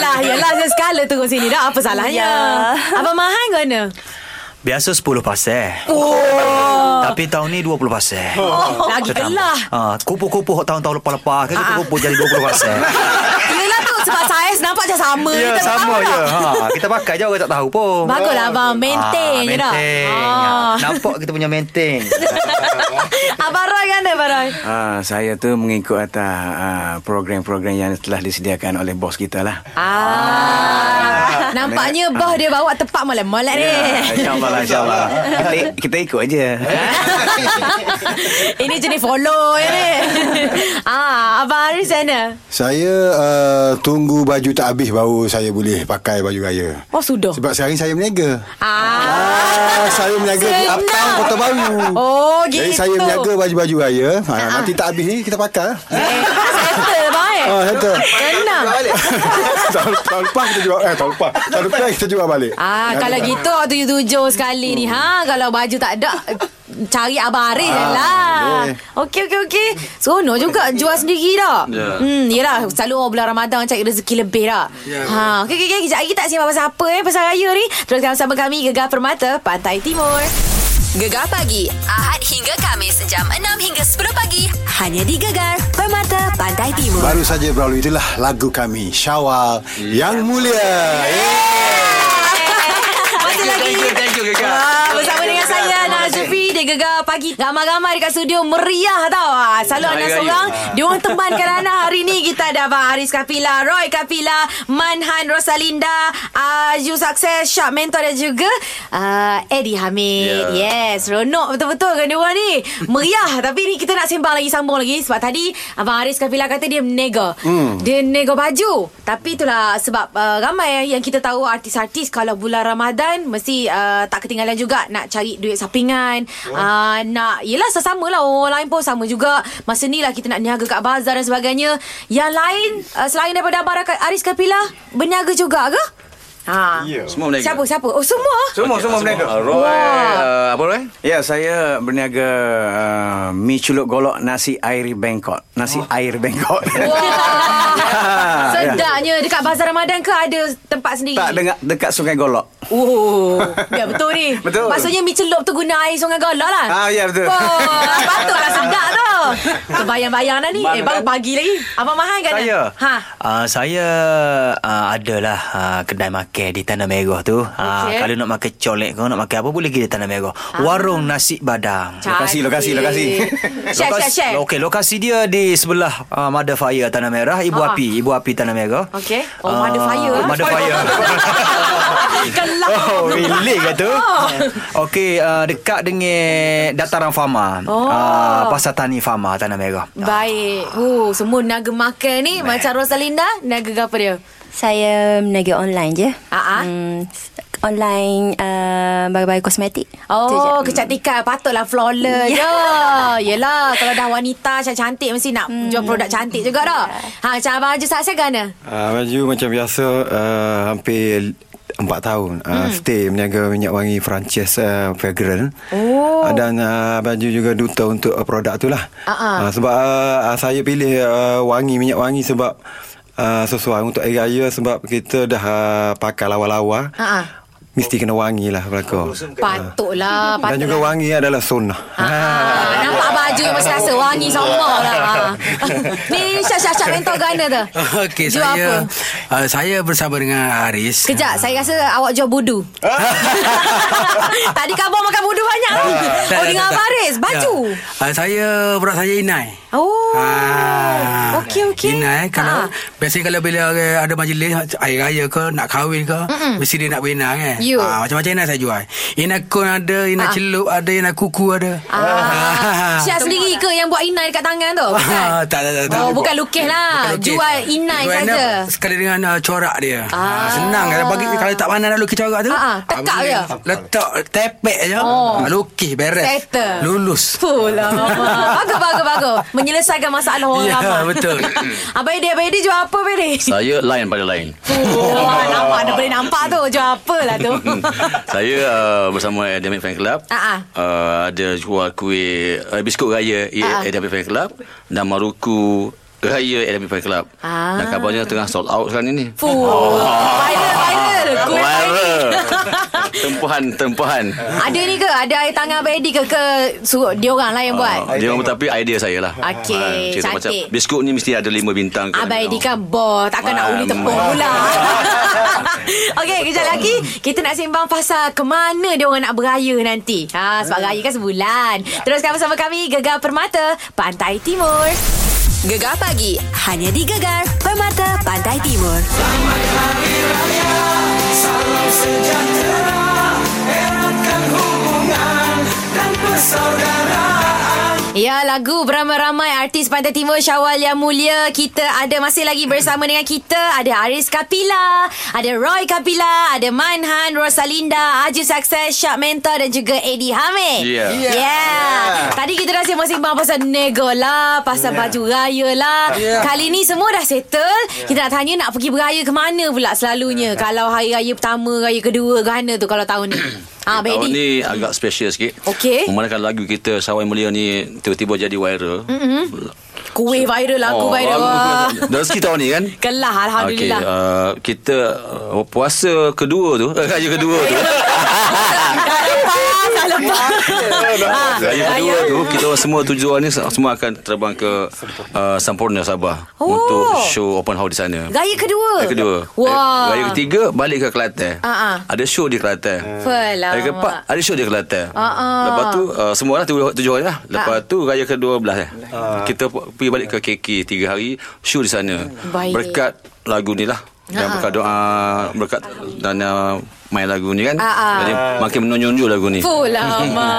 Speaker 2: Ah, yalah. Saya Sekala turun sini dah. Apa salahnya?
Speaker 7: Ya.
Speaker 2: Abang Mahan gana?
Speaker 8: Biasa 10 pasal
Speaker 2: Oh.
Speaker 8: Tapi tahun ni 20 pasal
Speaker 2: Lagi lah. Ah.
Speaker 8: Ah, kupu-kupu hok tahun-tahun lepas-lepas kan kupu-kupu jadi 20 pasal.
Speaker 2: Yelah tu sebab saiz nampak macam sama.
Speaker 8: ya,
Speaker 2: Kita
Speaker 8: sama
Speaker 2: tahu
Speaker 8: je.
Speaker 2: tak?
Speaker 8: Ha, kita pakai je orang tak tahu pun. Ah,
Speaker 2: Baguslah abang. Maintain je dah.
Speaker 8: Maintain.
Speaker 2: Ah.
Speaker 8: Ah. Nampak kita punya maintain.
Speaker 2: Abang Roy gana, Abang Roy?
Speaker 5: Ah, saya tu mengikut atas ah, program-program yang telah disediakan oleh bos kita lah.
Speaker 2: Ah, nampaknya bah dia bawa tepat molek-molek ni.
Speaker 8: Ya.
Speaker 5: InsyaAllah lah, insyaAllah. Kita, kita ikut aja.
Speaker 2: Ini jenis follow ya ni. ah, abang Haris sana.
Speaker 4: Saya uh, tunggu baju tak habis baru saya boleh pakai baju raya.
Speaker 2: Oh sudah.
Speaker 4: Sebab sekarang saya meniaga.
Speaker 2: Ah.
Speaker 4: Ah, saya meniaga di
Speaker 2: Senang.
Speaker 4: Apang Kota Baru.
Speaker 2: Oh gitu. Ah,
Speaker 4: Jadi saya meniaga baju-baju raya. Ha, nanti tak habis ni kita pakai.
Speaker 2: Eh, Settle baik.
Speaker 4: Ah, settle.
Speaker 2: Tenang.
Speaker 4: tahun, tahun lepas kita jual eh tahun lepas. Tahun lepas kita jual balik.
Speaker 2: Ah, kalau gitu tujuh-tujuh sekali ni. Ha, kalau baju tak ada cari Abang Haris ah, lah.
Speaker 4: boleh.
Speaker 2: Okey, okey, okey. Seronok juga jual sendiri dah. Yeah. Hmm, yelah. Selalu orang bulan Ramadan cari rezeki lebih dah. Yeah. Ha, okey, okey, okey. Kejap lagi tak siapa pasal apa eh, pasal raya ni. Teruskan bersama kami Gegar Permata, Pantai Timur.
Speaker 1: Gegar pagi Ahad hingga Kamis jam 6 hingga 10 pagi hanya di Gegar Permata Pantai Timur.
Speaker 4: Baru saja berlalu itulah lagu kami Syawal yang mulia. Yeah.
Speaker 2: Masih lagi
Speaker 5: thank
Speaker 2: Ah, gegar pagi Ramai-ramai dekat studio Meriah tau Ah, Selalu
Speaker 11: Hari
Speaker 2: Anas
Speaker 11: Raya.
Speaker 2: seorang
Speaker 11: Ah.
Speaker 2: Dia orang temankan Anas hari ni Kita ada Abang Haris Kapila Roy Kapila Manhan Rosalinda Aju Success Sharp Mentor Dan juga uh, Eddie Hamid
Speaker 11: Ya.
Speaker 2: Yes Seronok betul-betul kan dia orang ni Meriah Tapi ni kita nak sembang lagi Sambung lagi Sebab tadi Abang Haris Kapila kata dia menego
Speaker 11: Hmm.
Speaker 2: Dia nego baju Tapi itulah sebab uh, Ramai yang- yang kita tahu Artis-artis Kalau bulan Ramadan Mesti uh, tak ketinggalan juga Nak cari duit sampingan
Speaker 5: Oh.
Speaker 2: uh, Nak Yelah sesama lah Orang lain pun sama juga Masa ni lah kita nak niaga kat bazar dan sebagainya Yang lain uh, Selain daripada Abang Raka- Haris Kapila Berniaga juga ke? Ha.
Speaker 5: Ya. Semua berniaga.
Speaker 2: Siapa siapa? Oh semua.
Speaker 5: Semua okay, semua berniaga.
Speaker 6: Ah, Roy, uh, apa Roy?
Speaker 5: Ya, saya berniaga uh, mi culuk golok nasi air Bangkok. Nasi oh. air Bangkok.
Speaker 2: Wah.
Speaker 5: Ya.
Speaker 2: Sedapnya dekat bazar Ramadan ke ada tempat sendiri?
Speaker 5: tak dekat dekat Sungai Golok.
Speaker 2: Oh, ya betul ni.
Speaker 5: Betul.
Speaker 2: Maksudnya mi celup tu guna air sungai Galah lah.
Speaker 5: Ah, ya, betul.
Speaker 2: Oh, patutlah sedap tu. Terbayang-bayang dah ni. Eh, baru pagi lagi. Abang Mahan kan?
Speaker 8: Saya?
Speaker 2: Ha.
Speaker 8: Uh, saya uh, adalah uh, kedai makan di Tanah Merah tu. Uh,
Speaker 2: Okey.
Speaker 8: okay. Kalau nak makan colek kau, nak makan apa, boleh pergi di Tanah Merah. Ah. Warung Nasi Badang.
Speaker 2: Lokasi, Cantik. lokasi, lokasi. Share, share, share.
Speaker 8: Okey, lokasi dia di sebelah uh, Mada Fire Tanah Merah. Ibu
Speaker 2: Ah.
Speaker 8: Api, Ibu Api Tanah Merah.
Speaker 2: Okey. Oh, uh, ada fire.
Speaker 8: Ah,
Speaker 2: ah.
Speaker 8: Mother Fire.
Speaker 2: Gelap.
Speaker 8: Oh, relate kat tu.
Speaker 2: Oh.
Speaker 8: Okey, uh, dekat dengan Dataran Farma.
Speaker 2: Oh.
Speaker 8: Uh, Pasar Tani Farma, Tanah Merah.
Speaker 2: Baik. Oh, semua naga makan ni macam Rosalinda, naga apa dia?
Speaker 7: Saya meniaga online je.
Speaker 2: Ah.
Speaker 7: Hmm, s- online uh, barang-barang kosmetik. Hmm.
Speaker 2: Oh, kecantikan patutlah flawless
Speaker 7: Ya.
Speaker 2: je. Yelah, kalau dah wanita cantik mesti nak hmm. jual produk cantik juga dah. Ha, macam Abang Haji Saksa gana?
Speaker 10: Uh, baju macam biasa uh, hampir 4 tahun uh,
Speaker 2: Hmm.
Speaker 10: stay meniaga minyak wangi franchise uh, fragrant
Speaker 2: Oh.
Speaker 10: uh, dan uh, baju juga duta untuk uh, produk tu lah
Speaker 2: Ah, ah.
Speaker 10: uh, sebab uh, uh, saya pilih uh, wangi minyak wangi sebab uh, sesuai untuk air raya sebab kita dah uh, pakai lawa-lawa
Speaker 2: Ha. ah.
Speaker 10: mesti kena wangi lah belakang
Speaker 2: Patutlah,
Speaker 10: dan
Speaker 2: patutlah.
Speaker 10: juga wangi adalah sunnah
Speaker 2: Ah, nampak baju memang rasa wangi sama lah. Ah. Ni syak-syak mentor gana tu.
Speaker 9: Okey,
Speaker 2: Jual
Speaker 9: saya uh, saya bersama dengan Haris.
Speaker 2: Kejap, saya rasa awak jual budu. Tadi kabar makan budu banyak tu.
Speaker 9: Ah, Tak,
Speaker 2: Oh,
Speaker 9: tak,
Speaker 2: dengan
Speaker 9: tak,
Speaker 2: Abang
Speaker 9: tak.
Speaker 2: Haris, baju.
Speaker 9: Ya. Uh, saya berat saya inai.
Speaker 2: Oh.
Speaker 9: Ah.
Speaker 2: Okey, okey.
Speaker 9: Inai
Speaker 2: Ah.
Speaker 9: kalau biasanya kalau bila orang ada majlis air raya ke nak kahwin ke
Speaker 2: Mm-mm.
Speaker 9: mesti dia nak berinai kan.
Speaker 2: You.
Speaker 9: Ah, macam-macam inai saya jual. Inai kon ada, inai
Speaker 2: Ah.
Speaker 9: celup ada, inai kuku ada.
Speaker 2: Ah. Syak sendiri ke yang buat inai dekat tangan tu? Bukan?
Speaker 9: Ah, tak, tak, tak, tak.
Speaker 2: Oh, bukan lukis lah.
Speaker 9: Bukan lukis.
Speaker 2: Jual inai
Speaker 9: Jual
Speaker 2: saja.
Speaker 9: dia Sekali dengan uh, corak dia. Ah. senang kalau bagi kalau tak pandai nak lukis corak tu.
Speaker 2: Ah, ah, tekak
Speaker 9: boleh
Speaker 2: je.
Speaker 9: Letak tepek je.
Speaker 2: Oh.
Speaker 9: Ah, lukis beres.
Speaker 2: Settle.
Speaker 9: Lulus.
Speaker 2: Itulah Ah, Bagus bagus bagus Menyelesaikan masalah orang
Speaker 9: Ya,
Speaker 2: ramai
Speaker 9: betul.
Speaker 2: Abang Edi Abang Edi jual apa Abang Edi?
Speaker 6: Saya lain pada lain.
Speaker 2: Wah, nampak dah boleh nampak tu Jual apa lah tu
Speaker 6: Saya uh, bersama Academic Fan Club.
Speaker 2: Ah, ah.
Speaker 6: Uh, ada jual kuih uh, biskut
Speaker 2: Ah,
Speaker 6: raya
Speaker 2: ah.
Speaker 6: uh-huh. Academic Fan Club dan maruku raya Academic Fan Club.
Speaker 2: Ah.
Speaker 6: Dan kabarnya tengah sold out sekarang ini.
Speaker 2: Fuh Viral viral Kuih
Speaker 6: Viral. Tempuhan, tempuhan.
Speaker 2: Ada ni ke? Ada air tangan Abang Edi ke? Ke suruh dia orang lah yang buat?
Speaker 6: Dia orang tapi idea saya lah.
Speaker 2: Okey,
Speaker 6: Ah, cerita macam
Speaker 2: cantik.
Speaker 6: biskut ni mesti ada lima bintang.
Speaker 2: Abang Edi kan boh Takkan nak uli tepung
Speaker 6: Ah,
Speaker 2: pula Okey kejap lagi Kita nak sembang pasal Kemana dia orang nak beraya nanti ha, Sebab raya kan sebulan Teruskan bersama kami Gegar Permata Pantai Timur Gegar Pagi Hanya di Gegar Permata Pantai Timur
Speaker 11: Salam sejahtera Eratkan hubungan dan persaudaraan
Speaker 2: Ya, lagu beramai-ramai artis Pantai Timur Syawal yang mulia. Kita ada masih lagi bersama dengan kita. Ada Aris Kapila, ada Roy Kapila, ada Manhan, Rosalinda, Aju Success, Syak Mentor dan juga Eddie Hamid.
Speaker 6: Ya.
Speaker 11: Yeah.
Speaker 2: Yeah.
Speaker 11: Yeah.
Speaker 2: Ya.
Speaker 5: Ya.
Speaker 6: Ah.
Speaker 2: Tadi kita dah sembang-sembang pasal nego lah,
Speaker 6: Ya.
Speaker 2: pasal yeah. baju raya lah.
Speaker 11: Yeah.
Speaker 2: Kali ni semua dah settle.
Speaker 6: Ya.
Speaker 2: Yeah. Kita nak tanya nak pergi beraya ke mana pula selalunya? Kalau hari raya pertama, raya kedua, gana tu kalau tahun ni? ha,
Speaker 6: Tahun
Speaker 2: Eddie.
Speaker 6: Oh, ni agak special sikit.
Speaker 2: Okey.
Speaker 6: Memandangkan lagu kita Sawai Mulia ni tiba-tiba jadi viral.
Speaker 2: Mm-mm. Kuih viral, lagu
Speaker 6: Oh,
Speaker 2: viral. Wah.
Speaker 6: Dah rezeki tahun ni kan?
Speaker 2: Kelah Alhamdulillah
Speaker 6: Okey, uh, kita uh, puasa kedua tu, eh, raya kedua tu.
Speaker 2: Salah faham Salah Ah,
Speaker 6: Raya kedua
Speaker 2: raya.
Speaker 6: tu kita orang semua tujuan ni semua akan terbang ke uh, Sampurna Sabah
Speaker 2: Oh.
Speaker 6: untuk show open house di sana.
Speaker 2: Gaya kedua.
Speaker 6: Raya kedua.
Speaker 2: Wah.
Speaker 6: Raya ketiga balik ke Kelantan.
Speaker 2: Ah, ah.
Speaker 6: Ada show di Kelantan.
Speaker 2: Falamak.
Speaker 6: Raya keempat ada show di Kelantan.
Speaker 2: Ah, ah.
Speaker 6: Lepas tu uh, semua orang tujuh, tujuh hari lah. Lepas tu raya kedua belas eh. Kita pu- pergi balik ke KK tiga hari show di sana.
Speaker 2: Baik.
Speaker 6: Berkat lagu ni lah.
Speaker 2: Ah,
Speaker 6: Dan
Speaker 2: ah.
Speaker 6: berkat doa berkat dana main lagu ni kan.
Speaker 2: Ah, ah. lah.
Speaker 6: Jadi makin menonjol lagu ni.
Speaker 2: Fuh lama.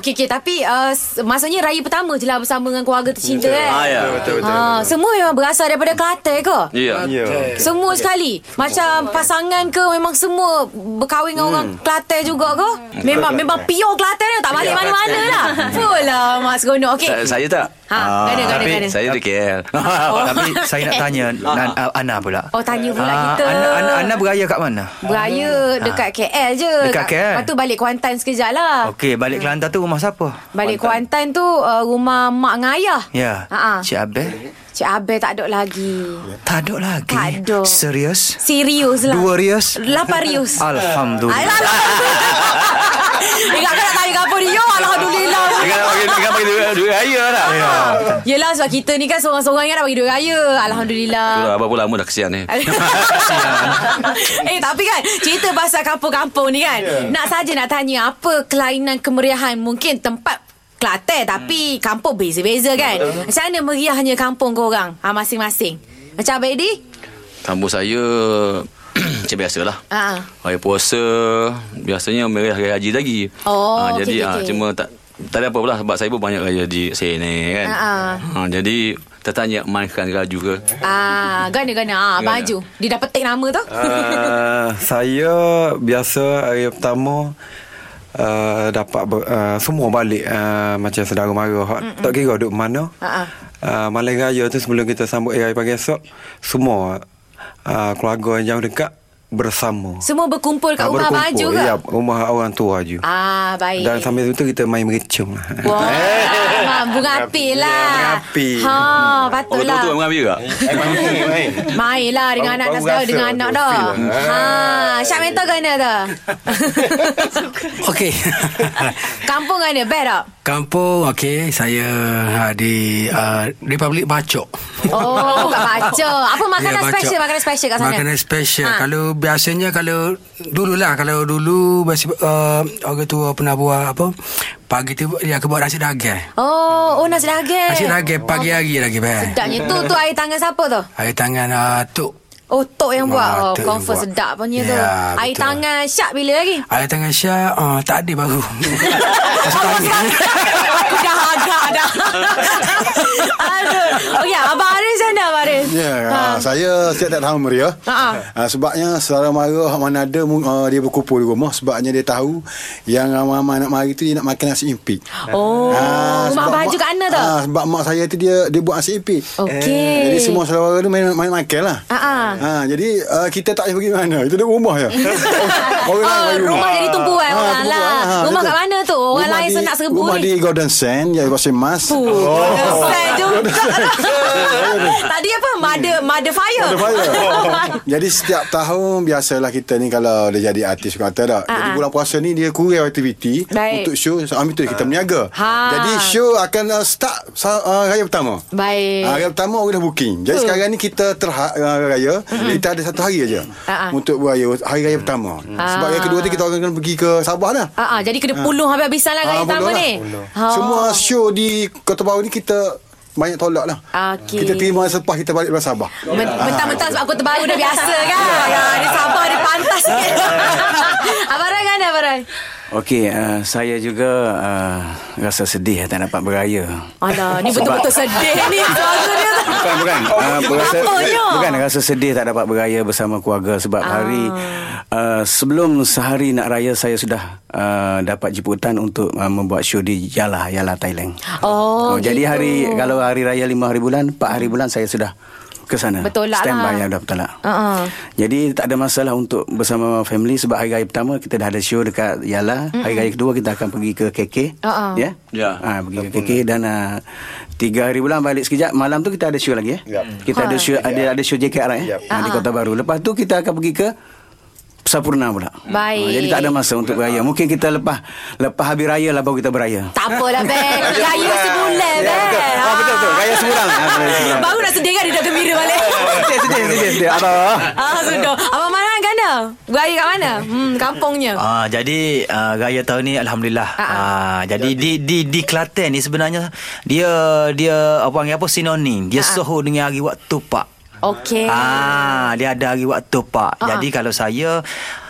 Speaker 2: Okey, okey. Tapi uh, s- maksudnya raya pertama je lah bersama dengan keluarga tercinta kan?
Speaker 6: Ah, ya. Betul, betul,
Speaker 2: Ah, Semua memang berasal daripada Kelantan eh, ke?
Speaker 6: Ya. Yeah.
Speaker 2: Semua sekali Macam pasangan ke Memang semua Berkahwin dengan orang Kelantan juga ke Memang memang pure Kelantan dah Tak balik
Speaker 6: Pure
Speaker 2: mana-mana
Speaker 6: Kelantan.
Speaker 2: lah Fuh lah Mak seronok okay.
Speaker 6: Sa- Saya tak.
Speaker 2: Ha, kena, kena,
Speaker 8: tapi-
Speaker 2: kena.
Speaker 6: Saya dari KL.
Speaker 2: Oh.
Speaker 8: Ah. Tapi saya nak tanya Nan, uh, Ana pula.
Speaker 2: Oh tanya pula
Speaker 8: Ah,
Speaker 2: kita
Speaker 8: Ana, Ana, Ana beraya kat mana?
Speaker 2: Beraya dekat KL je
Speaker 8: Dekat Oh, KL.
Speaker 2: Lepas tu balik Kuantan sekejap lah
Speaker 8: Okey, balik Kelantan tu rumah siapa?
Speaker 2: Balik Kuantan tu uh, Rumah mak dengan ayah
Speaker 8: Ya.
Speaker 2: Ha-ha.
Speaker 8: Cik Abel?
Speaker 2: Cik Abel tak ada lagi
Speaker 8: Tak ada lagi.
Speaker 2: Tak ada
Speaker 8: Serius?
Speaker 2: Serius lah
Speaker 8: Dua rius?
Speaker 2: Lapan rius
Speaker 8: Alhamdulillah.
Speaker 2: Ingat kau nak tanya apa ni Ya Alhamdulillah
Speaker 6: Dengan bagi duit, duit raya
Speaker 2: Ah.
Speaker 6: lah. Ya.
Speaker 2: Yelah sebab kita ni kan seorang-seorang yang nak bagi duit raya. Alhamdulillah.
Speaker 6: Abang pun lama dah kesian ni.
Speaker 2: eh tapi kan cerita pasal kampung-kampung ni kan. Yeah. Nak saja nak tanya apa kelainan kemeriahan mungkin tempat Kelantan tapi kampung beza-beza kan. Macam mana meriahnya kampung korang ha, masing-masing? Macam Abang Edi?
Speaker 6: Kampung saya macam biasalah.
Speaker 2: Ha.
Speaker 6: Hari puasa biasanya mereka hari haji lagi.
Speaker 2: Oh, okey,
Speaker 6: Ah, jadi
Speaker 2: okey,
Speaker 6: ah,
Speaker 2: okey.
Speaker 6: cuma tak tak ada apa pula sebab saya pun banyak raya di sini kan.
Speaker 2: Ha.
Speaker 6: Ah, jadi tertanya mainkan raju ke?
Speaker 2: Ah, gana-gana ah,
Speaker 6: Gana.
Speaker 2: baju. Dia dah petik nama tu.
Speaker 10: Ah, saya biasa hari pertama uh, dapat ber, uh, semua balik uh, macam saudara mara. Hak- Tak kira duduk mana.
Speaker 2: Ha.
Speaker 10: Uh, malam raya tu sebelum kita sambut hari raya pagi esok semua uh, keluarga yang jauh dekat bersama.
Speaker 2: Semua berkumpul kat
Speaker 10: Ah,
Speaker 2: rumah
Speaker 10: berkumpul.
Speaker 2: baju ke?
Speaker 10: Ya, rumah orang tua je.
Speaker 2: Ah, baik.
Speaker 10: Dan sambil itu kita main mengecum lah.
Speaker 2: Wah, mak bunga api lah.
Speaker 10: api.
Speaker 2: Ha, lah. patutlah.
Speaker 6: Betul-betul mengambil ke?
Speaker 2: Main lah dengan
Speaker 6: Baru-
Speaker 2: anak dah
Speaker 6: baru
Speaker 2: segala
Speaker 6: rasa
Speaker 2: dengan
Speaker 6: tu
Speaker 2: anak dah.
Speaker 6: feel lah.
Speaker 2: Ha, Syak mental kena dah.
Speaker 9: Okey.
Speaker 2: Kampung kena, best tak?
Speaker 9: Kampung, okey. Saya uh, di uh, Republik Bacok.
Speaker 2: Oh, kat baca. Apa makanan
Speaker 9: Ya, Bacok.
Speaker 2: special? Makanan special kat sana?
Speaker 9: Makanan special. Ha. Kalau biasanya kalau dululah kalau dulu biasa uh, orang tua pernah buat apa? Pagi tu dia akan buat nasi dagang.
Speaker 2: Oh, oh nasi dagang.
Speaker 9: Nasi dagang pagi hari lagi beh.
Speaker 2: Oh. Sedapnya tu tu air tangan siapa tu?
Speaker 9: Air tangan uh, tok.
Speaker 2: Oh, tok yang buat.
Speaker 9: Wah,
Speaker 2: Oh,
Speaker 9: Tok yang
Speaker 2: comfort
Speaker 9: buat.
Speaker 2: sedap punya tu.
Speaker 9: Ya,
Speaker 2: Air
Speaker 9: betul.
Speaker 2: tangan Syak bila lagi?
Speaker 9: Air tangan Syah uh, tak ada baru.
Speaker 2: Aku dah agak dah. Aduh. Okey, Abang Arif sana, Abang Arif.
Speaker 4: Ya, yeah,
Speaker 2: Ah.
Speaker 4: ha. saya setiap tak tahu meriah.
Speaker 2: Ha.
Speaker 4: Ha, sebabnya saudara mara hak mana ada mu- uh, dia berkumpul di rumah sebabnya dia tahu yang ramai-ramai anak mari tu dia nak makan nasi impik.
Speaker 2: Oh, rumah
Speaker 4: sebab
Speaker 2: Abang Haju
Speaker 4: mak-
Speaker 2: kat Ana tu?
Speaker 4: Ah, sebab mak saya tu dia dia buat nasi impik.
Speaker 2: Okey.
Speaker 4: Jadi semua saudara mara tu main main makan lah.
Speaker 2: Ah, ah.
Speaker 4: Ha, jadi uh, kita tak payah pergi mana. Kita duduk rumah je. Orang lain
Speaker 2: Oh,
Speaker 4: bagi
Speaker 2: rumah jadi tumpuan
Speaker 4: Ah,
Speaker 2: orang
Speaker 4: tumpuan,
Speaker 2: lah.
Speaker 4: ah,
Speaker 2: Rumah
Speaker 4: betul.
Speaker 2: kat mana tu? Orang
Speaker 4: Rumah
Speaker 2: lain
Speaker 4: di-
Speaker 2: senak serbu
Speaker 4: Rumah
Speaker 2: ni.
Speaker 4: di Golden Sand Yang Pasir Mas Oh.
Speaker 2: Puh, Golden Sand juga. Tadi apa? Mother, mother fire.
Speaker 4: Ada Hmm. fire. Jadi setiap tahun biasalah kita ni kalau dia jadi artis kata tak. Jadi
Speaker 2: Ah.
Speaker 4: bulan puasa ni dia kurang aktiviti
Speaker 2: Baik.
Speaker 4: untuk show so, ambil tu kita berniaga.
Speaker 2: Ha.
Speaker 4: Jadi show akan uh, start sa- uh, raya pertama.
Speaker 2: Baik.
Speaker 4: Ha, raya pertama orang dah booking. Jadi
Speaker 2: Betul.
Speaker 4: sekarang ni kita terhad uh, raya kita ada satu hari aja
Speaker 2: Ah, ah.
Speaker 4: untuk beraya hari raya pertama. Sebab
Speaker 2: Ah.
Speaker 4: hari kedua tu kita orang akan pergi ke Sabah dah.
Speaker 2: Ah, ah, jadi kena puluh habis-habisan lah
Speaker 4: Ah,
Speaker 2: kali pertama
Speaker 4: puluh
Speaker 2: ni.
Speaker 4: lah.
Speaker 2: Ha.
Speaker 4: Semua show di Kota Baru ni kita banyak tolak lah.
Speaker 2: Okey.
Speaker 4: Kita terima selepas kita balik dari Sabah. Ah.
Speaker 2: Men- Mentang-mentang sebab aku terbaru dah biasa kan. Ya, dia sabar, dia pantas sikit. Abang Rai kan Abang Rai?
Speaker 5: Okey, uh, saya juga uh, rasa sedih eh, tak dapat beraya.
Speaker 2: Alah, ni
Speaker 5: Sebab-
Speaker 2: betul-betul sedih ni. Suara dia tu.
Speaker 5: Bukan, bukan. Uh, berasa,
Speaker 2: Apanya?
Speaker 5: bukan, rasa sedih tak dapat beraya bersama keluarga sebab ah. hari uh, sebelum sehari nak raya saya sudah uh, dapat jemputan untuk uh, membuat show di Yala, Yala Thailand.
Speaker 2: Oh,
Speaker 5: jadi
Speaker 2: gitu.
Speaker 5: hari kalau hari raya lima hari bulan, empat hari bulan saya sudah ke sana.
Speaker 2: Bertolak
Speaker 5: Standby ya,
Speaker 2: lah.
Speaker 5: yang dah bertolak.
Speaker 2: Uh-uh.
Speaker 5: Jadi tak ada masalah untuk bersama family sebab hari raya pertama kita dah ada show dekat Yala, mm-hmm. hari raya kedua kita akan pergi ke KK.
Speaker 2: Uh-uh.
Speaker 5: Ya.
Speaker 6: Ya.
Speaker 5: Ah pergi ke KK dan uh, tiga hari bulan balik sekejap malam tu kita ada show lagi ya. Kita Ah,
Speaker 2: Ha.
Speaker 5: ada show ada ada show JKR ya. Ha, di Kota Baru. Lepas tu kita akan pergi ke Sapurna pula.
Speaker 2: Baik.
Speaker 5: Ha, jadi tak ada masa untuk beraya. Mungkin kita lepas lepas habis raya lah baru kita beraya.
Speaker 2: Tak apalah Ben Raya sebulan Ben
Speaker 5: Ah, betul Ya, betul. Raya sebulan. Ah, raya sebulan.
Speaker 2: Baru nak sedih kan Dia dah gembira balik
Speaker 5: Sedih sedih sedih sedih. Ada.
Speaker 2: Ah sudah Abang Marhan kat mana Beraya kat mana Hmm kampungnya
Speaker 8: Ah jadi uh, raya tahun ni alhamdulillah. Ah jadi di di di Kelantan ni sebenarnya dia dia apa panggil apa sinonim.
Speaker 2: Ah,
Speaker 8: Dia suhu dengan hari waktu pak.
Speaker 2: Okey
Speaker 8: Ah dia ada hari waktu pak.
Speaker 2: Oh. Ah.
Speaker 8: Jadi kalau saya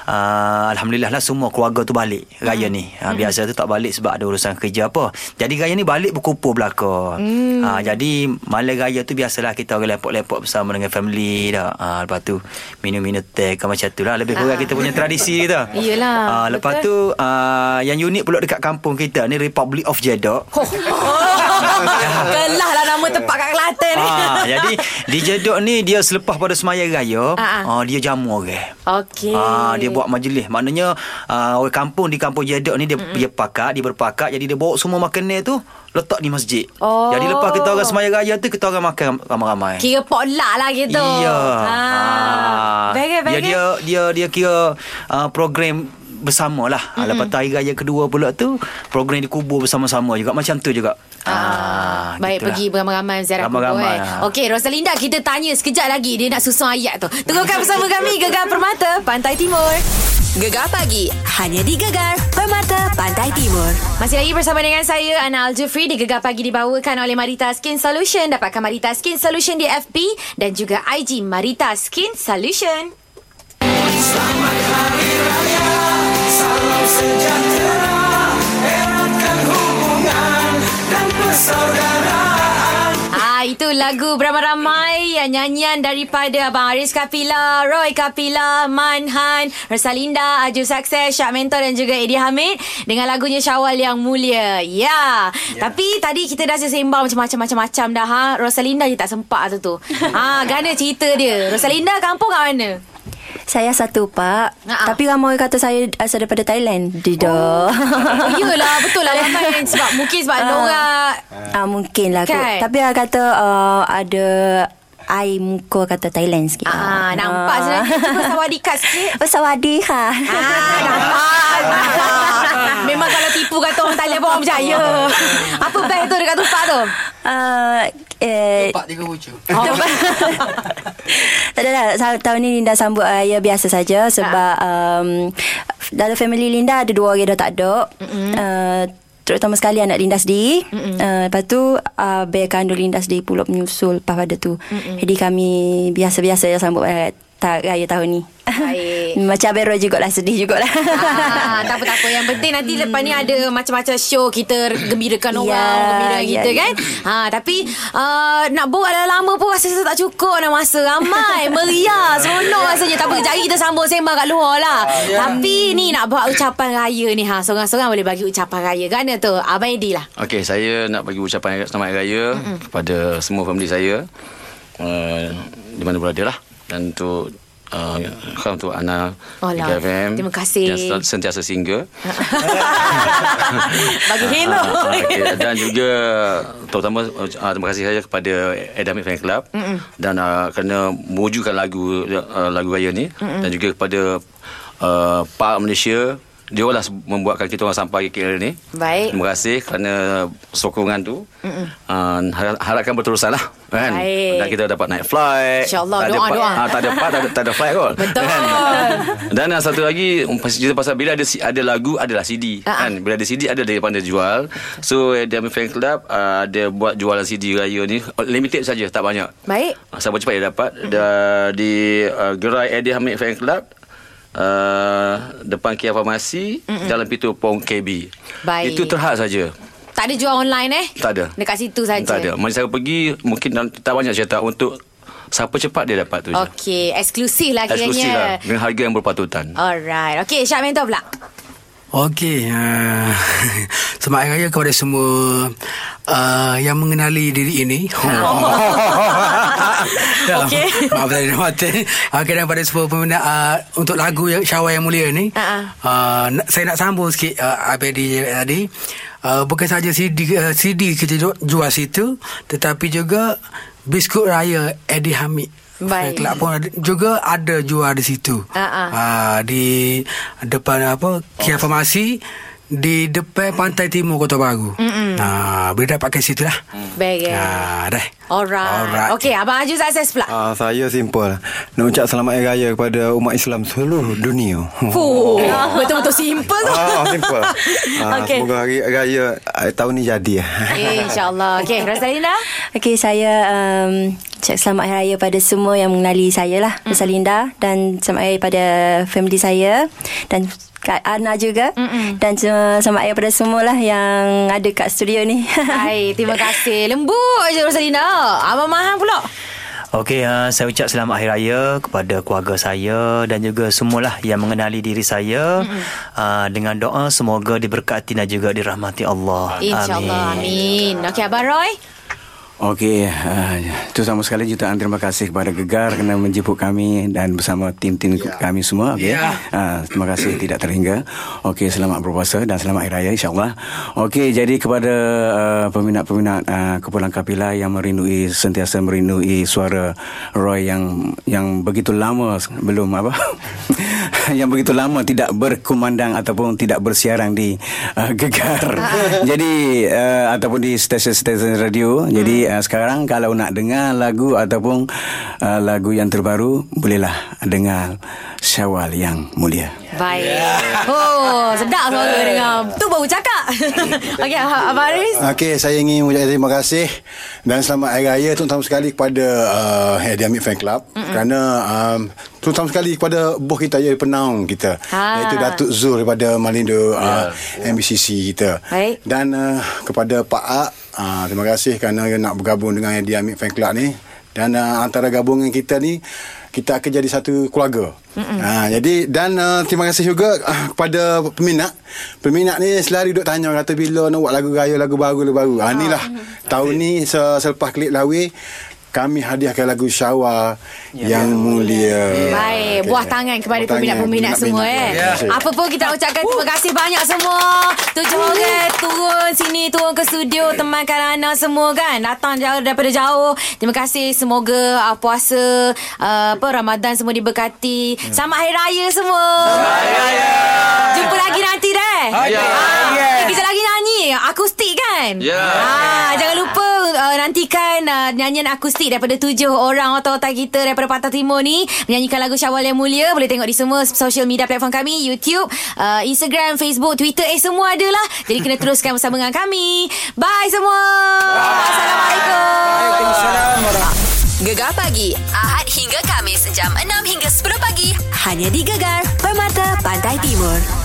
Speaker 8: Uh, Alhamdulillah lah semua keluarga tu balik Raya
Speaker 2: Hmm.
Speaker 8: ni uh, Biasa tu tak balik sebab ada urusan kerja apa Jadi Raya ni balik berkumpul belakang
Speaker 2: Hmm.
Speaker 8: Ah, Jadi malam Raya tu biasalah kita orang lepok-lepok bersama dengan family dah. Ah, Lepas tu minum-minum teh ke macam tu lah Lebih
Speaker 2: Ah.
Speaker 8: kurang
Speaker 2: Ya,
Speaker 8: kita punya tradisi kita
Speaker 2: Yelah,
Speaker 8: Ah, Lepas
Speaker 2: betul.
Speaker 8: tu uh, yang unik pula dekat kampung kita ni Republic of Jeddah
Speaker 2: Oh. Kelah lah nama tempat kat Kelantan ya ni
Speaker 8: Ah, jadi di Jeddah ni dia selepas pada semaya
Speaker 2: Ah,
Speaker 8: raya,
Speaker 2: ah.
Speaker 8: ah. dia jamu orang.
Speaker 2: Okey
Speaker 8: Ah dia buat majlis. Maknanya ah, orang kampung di kampung Jeddah ni dia mm dia pakat, dia berpakat jadi dia bawa semua makanan tu letak di masjid.
Speaker 2: Oh.
Speaker 8: Jadi lepas kita orang semaya raya tu kita orang makan ramai-ramai.
Speaker 2: Kira potluck lah gitu
Speaker 8: Ya.
Speaker 2: ha. Bagai
Speaker 8: Ah. Dia
Speaker 2: bagai
Speaker 8: Ya, dia dia dia kira uh, program bersama lah mm-hmm. Lepas tu hari raya kedua pula tu Program dikubur bersama-sama juga Macam tu juga ah,
Speaker 2: Baik
Speaker 8: gitulah.
Speaker 2: pergi beramai-ramai ziarah kubur
Speaker 8: Ramai-ramai,
Speaker 2: eh.
Speaker 8: ah.
Speaker 2: Okey Rosalinda kita tanya sekejap lagi dia nak susun ayat tu. Tengokkan bersama kami Gegar Permata Pantai Timur. Gegar pagi hanya di Gegar Permata Pantai Timur. Masih lagi bersama dengan saya Ana Aljufri di Gegar Pagi dibawakan oleh Marita Skin Solution. Dapatkan Marita Skin Solution di FB dan juga IG Marita Skin Solution.
Speaker 11: Selamat Hari Raya, salam sejahtera, eratkan hubungan dan persaudaraan.
Speaker 2: Ah itu lagu beramai-ramai yang nyanyian daripada Abang Aris Kapila, Roy Kapila, Manhan, Rosalinda, Aju Success, Syak Mentor dan juga Edi Hamid dengan lagunya Syawal yang mulia. Ya. Yeah. Tapi tadi kita dah sembang macam-macam macam-macam dah ha. Rosalinda je tak sempat tu tu. ha gana cerita dia. Rosalinda kampung kat mana?
Speaker 7: Saya satu pak
Speaker 2: Ah,
Speaker 7: uh-huh. Tapi ramai orang kata saya Asal daripada Thailand Didah
Speaker 2: Oh, yelah betul lah ramai yang sebab mungkin sebab uh. orang
Speaker 7: Ah mungkin lah kot.
Speaker 2: Kan?
Speaker 7: Tapi ah kata uh, ada air muka kata Thailand sikit.
Speaker 2: Ah, nampak sebenarnya. Cuba sawadikat sikit.
Speaker 7: Oh, sawadi ha. Ah,
Speaker 2: nampak. Memang kalau tipu kata orang Thailand pun orang percaya. Apa best tu dekat tupak tu?
Speaker 7: Uh, eh,
Speaker 9: Pak tiga wujud.
Speaker 7: tak ada lah. Sa- Tahun ni Linda sambut raya biasa saja sebab
Speaker 2: Ah.
Speaker 7: um, dalam family Linda ada dua orang dah tak ada. Uh, terutama sekali anak Linda sendiri. Uh, lepas tu uh, abang kandung Linda sendiri pula menyusul lepas pada tu.
Speaker 2: Mm-mm.
Speaker 7: Jadi kami biasa-biasa je sambut raya, ta- raya tahun ni.
Speaker 2: Baik.
Speaker 7: Macam Abang Roy jugalah Sedih jugalah
Speaker 2: Ah, tak apa tak apa yang penting
Speaker 6: Hmm.
Speaker 2: nanti lepas ni ada macam-macam show kita gembirakan orang yeah,
Speaker 7: Ya,
Speaker 2: gembira
Speaker 7: ya,
Speaker 2: kita
Speaker 7: ya.
Speaker 2: kan ha tapi uh, nak buat dah lama pun rasa rasa tak cukup dah masa ramai meriah seronok rasanya tak apa jadi kita sambung sembang kat luar lah
Speaker 6: Ah, ya.
Speaker 2: yeah. tapi ni nak buat ucapan raya ni ha seorang-seorang boleh bagi ucapan raya kan tu abang Edi lah
Speaker 6: Okey, saya nak bagi ucapan selamat hari raya mm kepada semua family saya. Uh, di mana berada lah. Dan untuk uh, khas untuk Ana
Speaker 2: Alah,
Speaker 6: Mega FM
Speaker 2: terima kasih.
Speaker 6: Yang sel- sentiasa single
Speaker 2: bagi hello
Speaker 6: Ah, ah, okey. Dan juga Terutama uh, Terima kasih saya kepada Adamik Fan Club
Speaker 2: Mm-mm.
Speaker 6: Dan uh, kerana Mewujudkan lagu uh, Lagu raya ni
Speaker 2: Mm-mm.
Speaker 6: Dan juga kepada uh, Pak Malaysia Dia lah membuatkan kita orang Sampai ke KL ni
Speaker 2: baik
Speaker 6: Terima kasih kerana sokongan tu.
Speaker 2: Mm-mm.
Speaker 6: Uh, harap- harapkan berterusan lah kan?
Speaker 2: Baik.
Speaker 6: Dan kita dapat naik flight
Speaker 2: InsyaAllah,
Speaker 6: Tak ada
Speaker 2: doa,
Speaker 6: part-
Speaker 2: doa.
Speaker 6: ah, Tak ada part, tak ada, tak ada flight kot
Speaker 2: Betul.
Speaker 6: Dan uh, satu lagi um, pas- Cerita pasal bila ada si- ada lagu Adalah CD
Speaker 2: Ah, ah.
Speaker 6: kan? Bila ada CD ada daripada jual So eh, Diamond Fan Club uh, Dia buat jualan CD raya ni uh, Limited saja tak banyak
Speaker 2: baik
Speaker 6: Ah, Siapa cepat dia dapat Dah Di uh, Gerai Eddie Hamid Fan Club uh, Depan Kia Farmasi
Speaker 2: Mm-mm.
Speaker 6: Jalan Pitu Pong KB
Speaker 2: Baik.
Speaker 6: Itu terhad saja
Speaker 2: tak ada jual online eh
Speaker 6: Tak ada
Speaker 2: dekat situ saja
Speaker 6: Tak ada Masa saya pergi Mungkin dalam- tak banyak cerita Untuk Siapa cepat dia dapat tu je
Speaker 2: Okey, eksklusif lah kiranya.
Speaker 6: Eksklusif lah Hmm. Dengan harga yang berpatutan
Speaker 2: Alright. Okey, Syak Mentor pula.
Speaker 9: Okey, uh, selamat hari raya kepada semua uh, yang mengenali diri ini.
Speaker 11: Okey.
Speaker 9: Maaf tadi dah mati. Okey, dan pada semua peminat uh, untuk lagu yang Syawal yang mulia ni.
Speaker 2: Ha-ha.
Speaker 9: Uh, nak- saya nak sambung sikit uh, apa di tadi. Uh, bukan saja CD uh, CD kita ju- jual situ tetapi juga biskut raya Edi Hamid.
Speaker 2: Baik.
Speaker 9: Kelab pun ada, juga ada jual di situ.
Speaker 2: Ah, ah.
Speaker 9: Ah, di depan apa? Kia Farmasi di depan Pantai Timur Kota Baru.
Speaker 2: Mm-mm.
Speaker 9: Ah, boleh dapat ke situ lah.
Speaker 2: Baik. eh.
Speaker 9: Ah, dah.
Speaker 2: Alright. Alright.
Speaker 10: Alright.
Speaker 2: Okey, abang Aju sukses pula.
Speaker 10: Uh, saya simple Nak ucap selamat Hari Raya Kepada umat Islam seluruh dunia
Speaker 2: Fuh, betul-betul simple tu.
Speaker 10: Ah, simple uh,
Speaker 2: Okey.
Speaker 10: okay. Semoga Hari Raya uh, Tahun ni jadi ya.
Speaker 2: Eh, InsyaAllah. Okey, Rosalina.
Speaker 7: Okey, saya um, cakap selamat Hari Raya pada semua yang mengenali saya lah, mm. Rosalinda. Dan selamat Hari Raya pada family saya. Dan Kak Ana juga. Mm-mm. Dan uh, selamat Hari Raya pada semualah yang ada kat studio ni.
Speaker 2: Hai, terima kasih. Lembut je Rosalina. Abang Mahan pula.
Speaker 8: Okey, uh, saya ucap selamat Hari Raya kepada keluarga saya dan juga semualah yang mengenali diri saya. Uh, dengan doa semoga diberkati dan juga dirahmati Allah.
Speaker 2: InsyaAllah. Amin. Okey, Abang Roy.
Speaker 5: Okey, uh, itu sama sekali jutaan terima kasih kepada Gegar kerana menjemput kami dan bersama tim-tim kami semua. Okey.
Speaker 9: Ya.
Speaker 5: Uh, terima kasih tidak terhingga. Okey, selamat berpuasa dan selamat Hari Raya insya-Allah. Okey, jadi kepada uh, peminat-peminat uh, Kepulang Kapila yang merindui sentiasa merindui suara Roy yang yang begitu lama se- belum apa yang begitu lama tidak berkumandang ataupun tidak bersiaran di uh, Gegar. Jadi uh, ataupun di stesen-stesen radio. Jadi uh, sekarang kalau nak dengar lagu ataupun uh, lagu yang terbaru bolehlah dengar Syawal yang mulia.
Speaker 2: Baik. Oh, sedap suara dengar. Tu baru cakap. Okey, Abang Aris.
Speaker 4: Okey, saya ingin mengucapkan terima kasih dan selamat Hari Raya terutama sekali kepada uh, Hadi Hamid Fan Club Mm-mm. kerana um, terutama sekali kepada bos kita iaitu penaung kita
Speaker 2: Ha.
Speaker 4: ha. iaitu Datuk Zul daripada Malindo yeah. uh, MBCC kita.
Speaker 2: Baik.
Speaker 4: Dan uh, kepada Pak Ak, uh, terima kasih kerana dia nak bergabung dengan Hadi Hamid Fan Club ni dan uh, antara gabungan kita ni kita akan jadi satu keluarga. Ha, jadi dan uh, terima kasih juga uh, kepada peminat. Peminat ni selari duk tanya kata bila nak buat lagu raya lagu baru lagu baru. Ha inilah
Speaker 2: Oh, mm-hmm.
Speaker 4: tahun ni se- selepas klip lawi kami hadiahkan lagu Syawal ya, yang mulia.
Speaker 2: Baik,
Speaker 4: Okey.
Speaker 2: buah tangan kepada
Speaker 4: Buah tangan,
Speaker 2: peminat-peminat semua eh.
Speaker 4: Ya, terima kasih.
Speaker 2: Apa pun kita ucapkan terima kasih banyak semua. Tujuh orang turun sini, turun ke studio teman Karana semua kan. Datang jauh daripada jauh. Terima kasih. Semoga uh, puasa uh, apa Ramadan semua diberkati. Selamat Hari Raya semua. Selamat Hari Raya. Jumpa lagi nanti deh.
Speaker 6: Raya.
Speaker 2: Eh, kita lagi nyanyi akustik kan?
Speaker 6: Ya.
Speaker 2: Ah, jangan lupa uh, nantikan uh, nyanyian akustik daripada tujuh orang otak-otak kita daripada Pantai Timur ni menyanyikan lagu Syawal yang mulia. Boleh tengok di semua social media platform kami, YouTube, uh, Instagram, Facebook, Twitter eh semua ada lah. Jadi kena teruskan bersama dengan kami. Bye semua. Bye. Assalamualaikum. Ah.
Speaker 1: Gegar pagi Ahad hingga Kamis jam 6 hingga 10 pagi hanya di Gegar Permata Pantai Timur.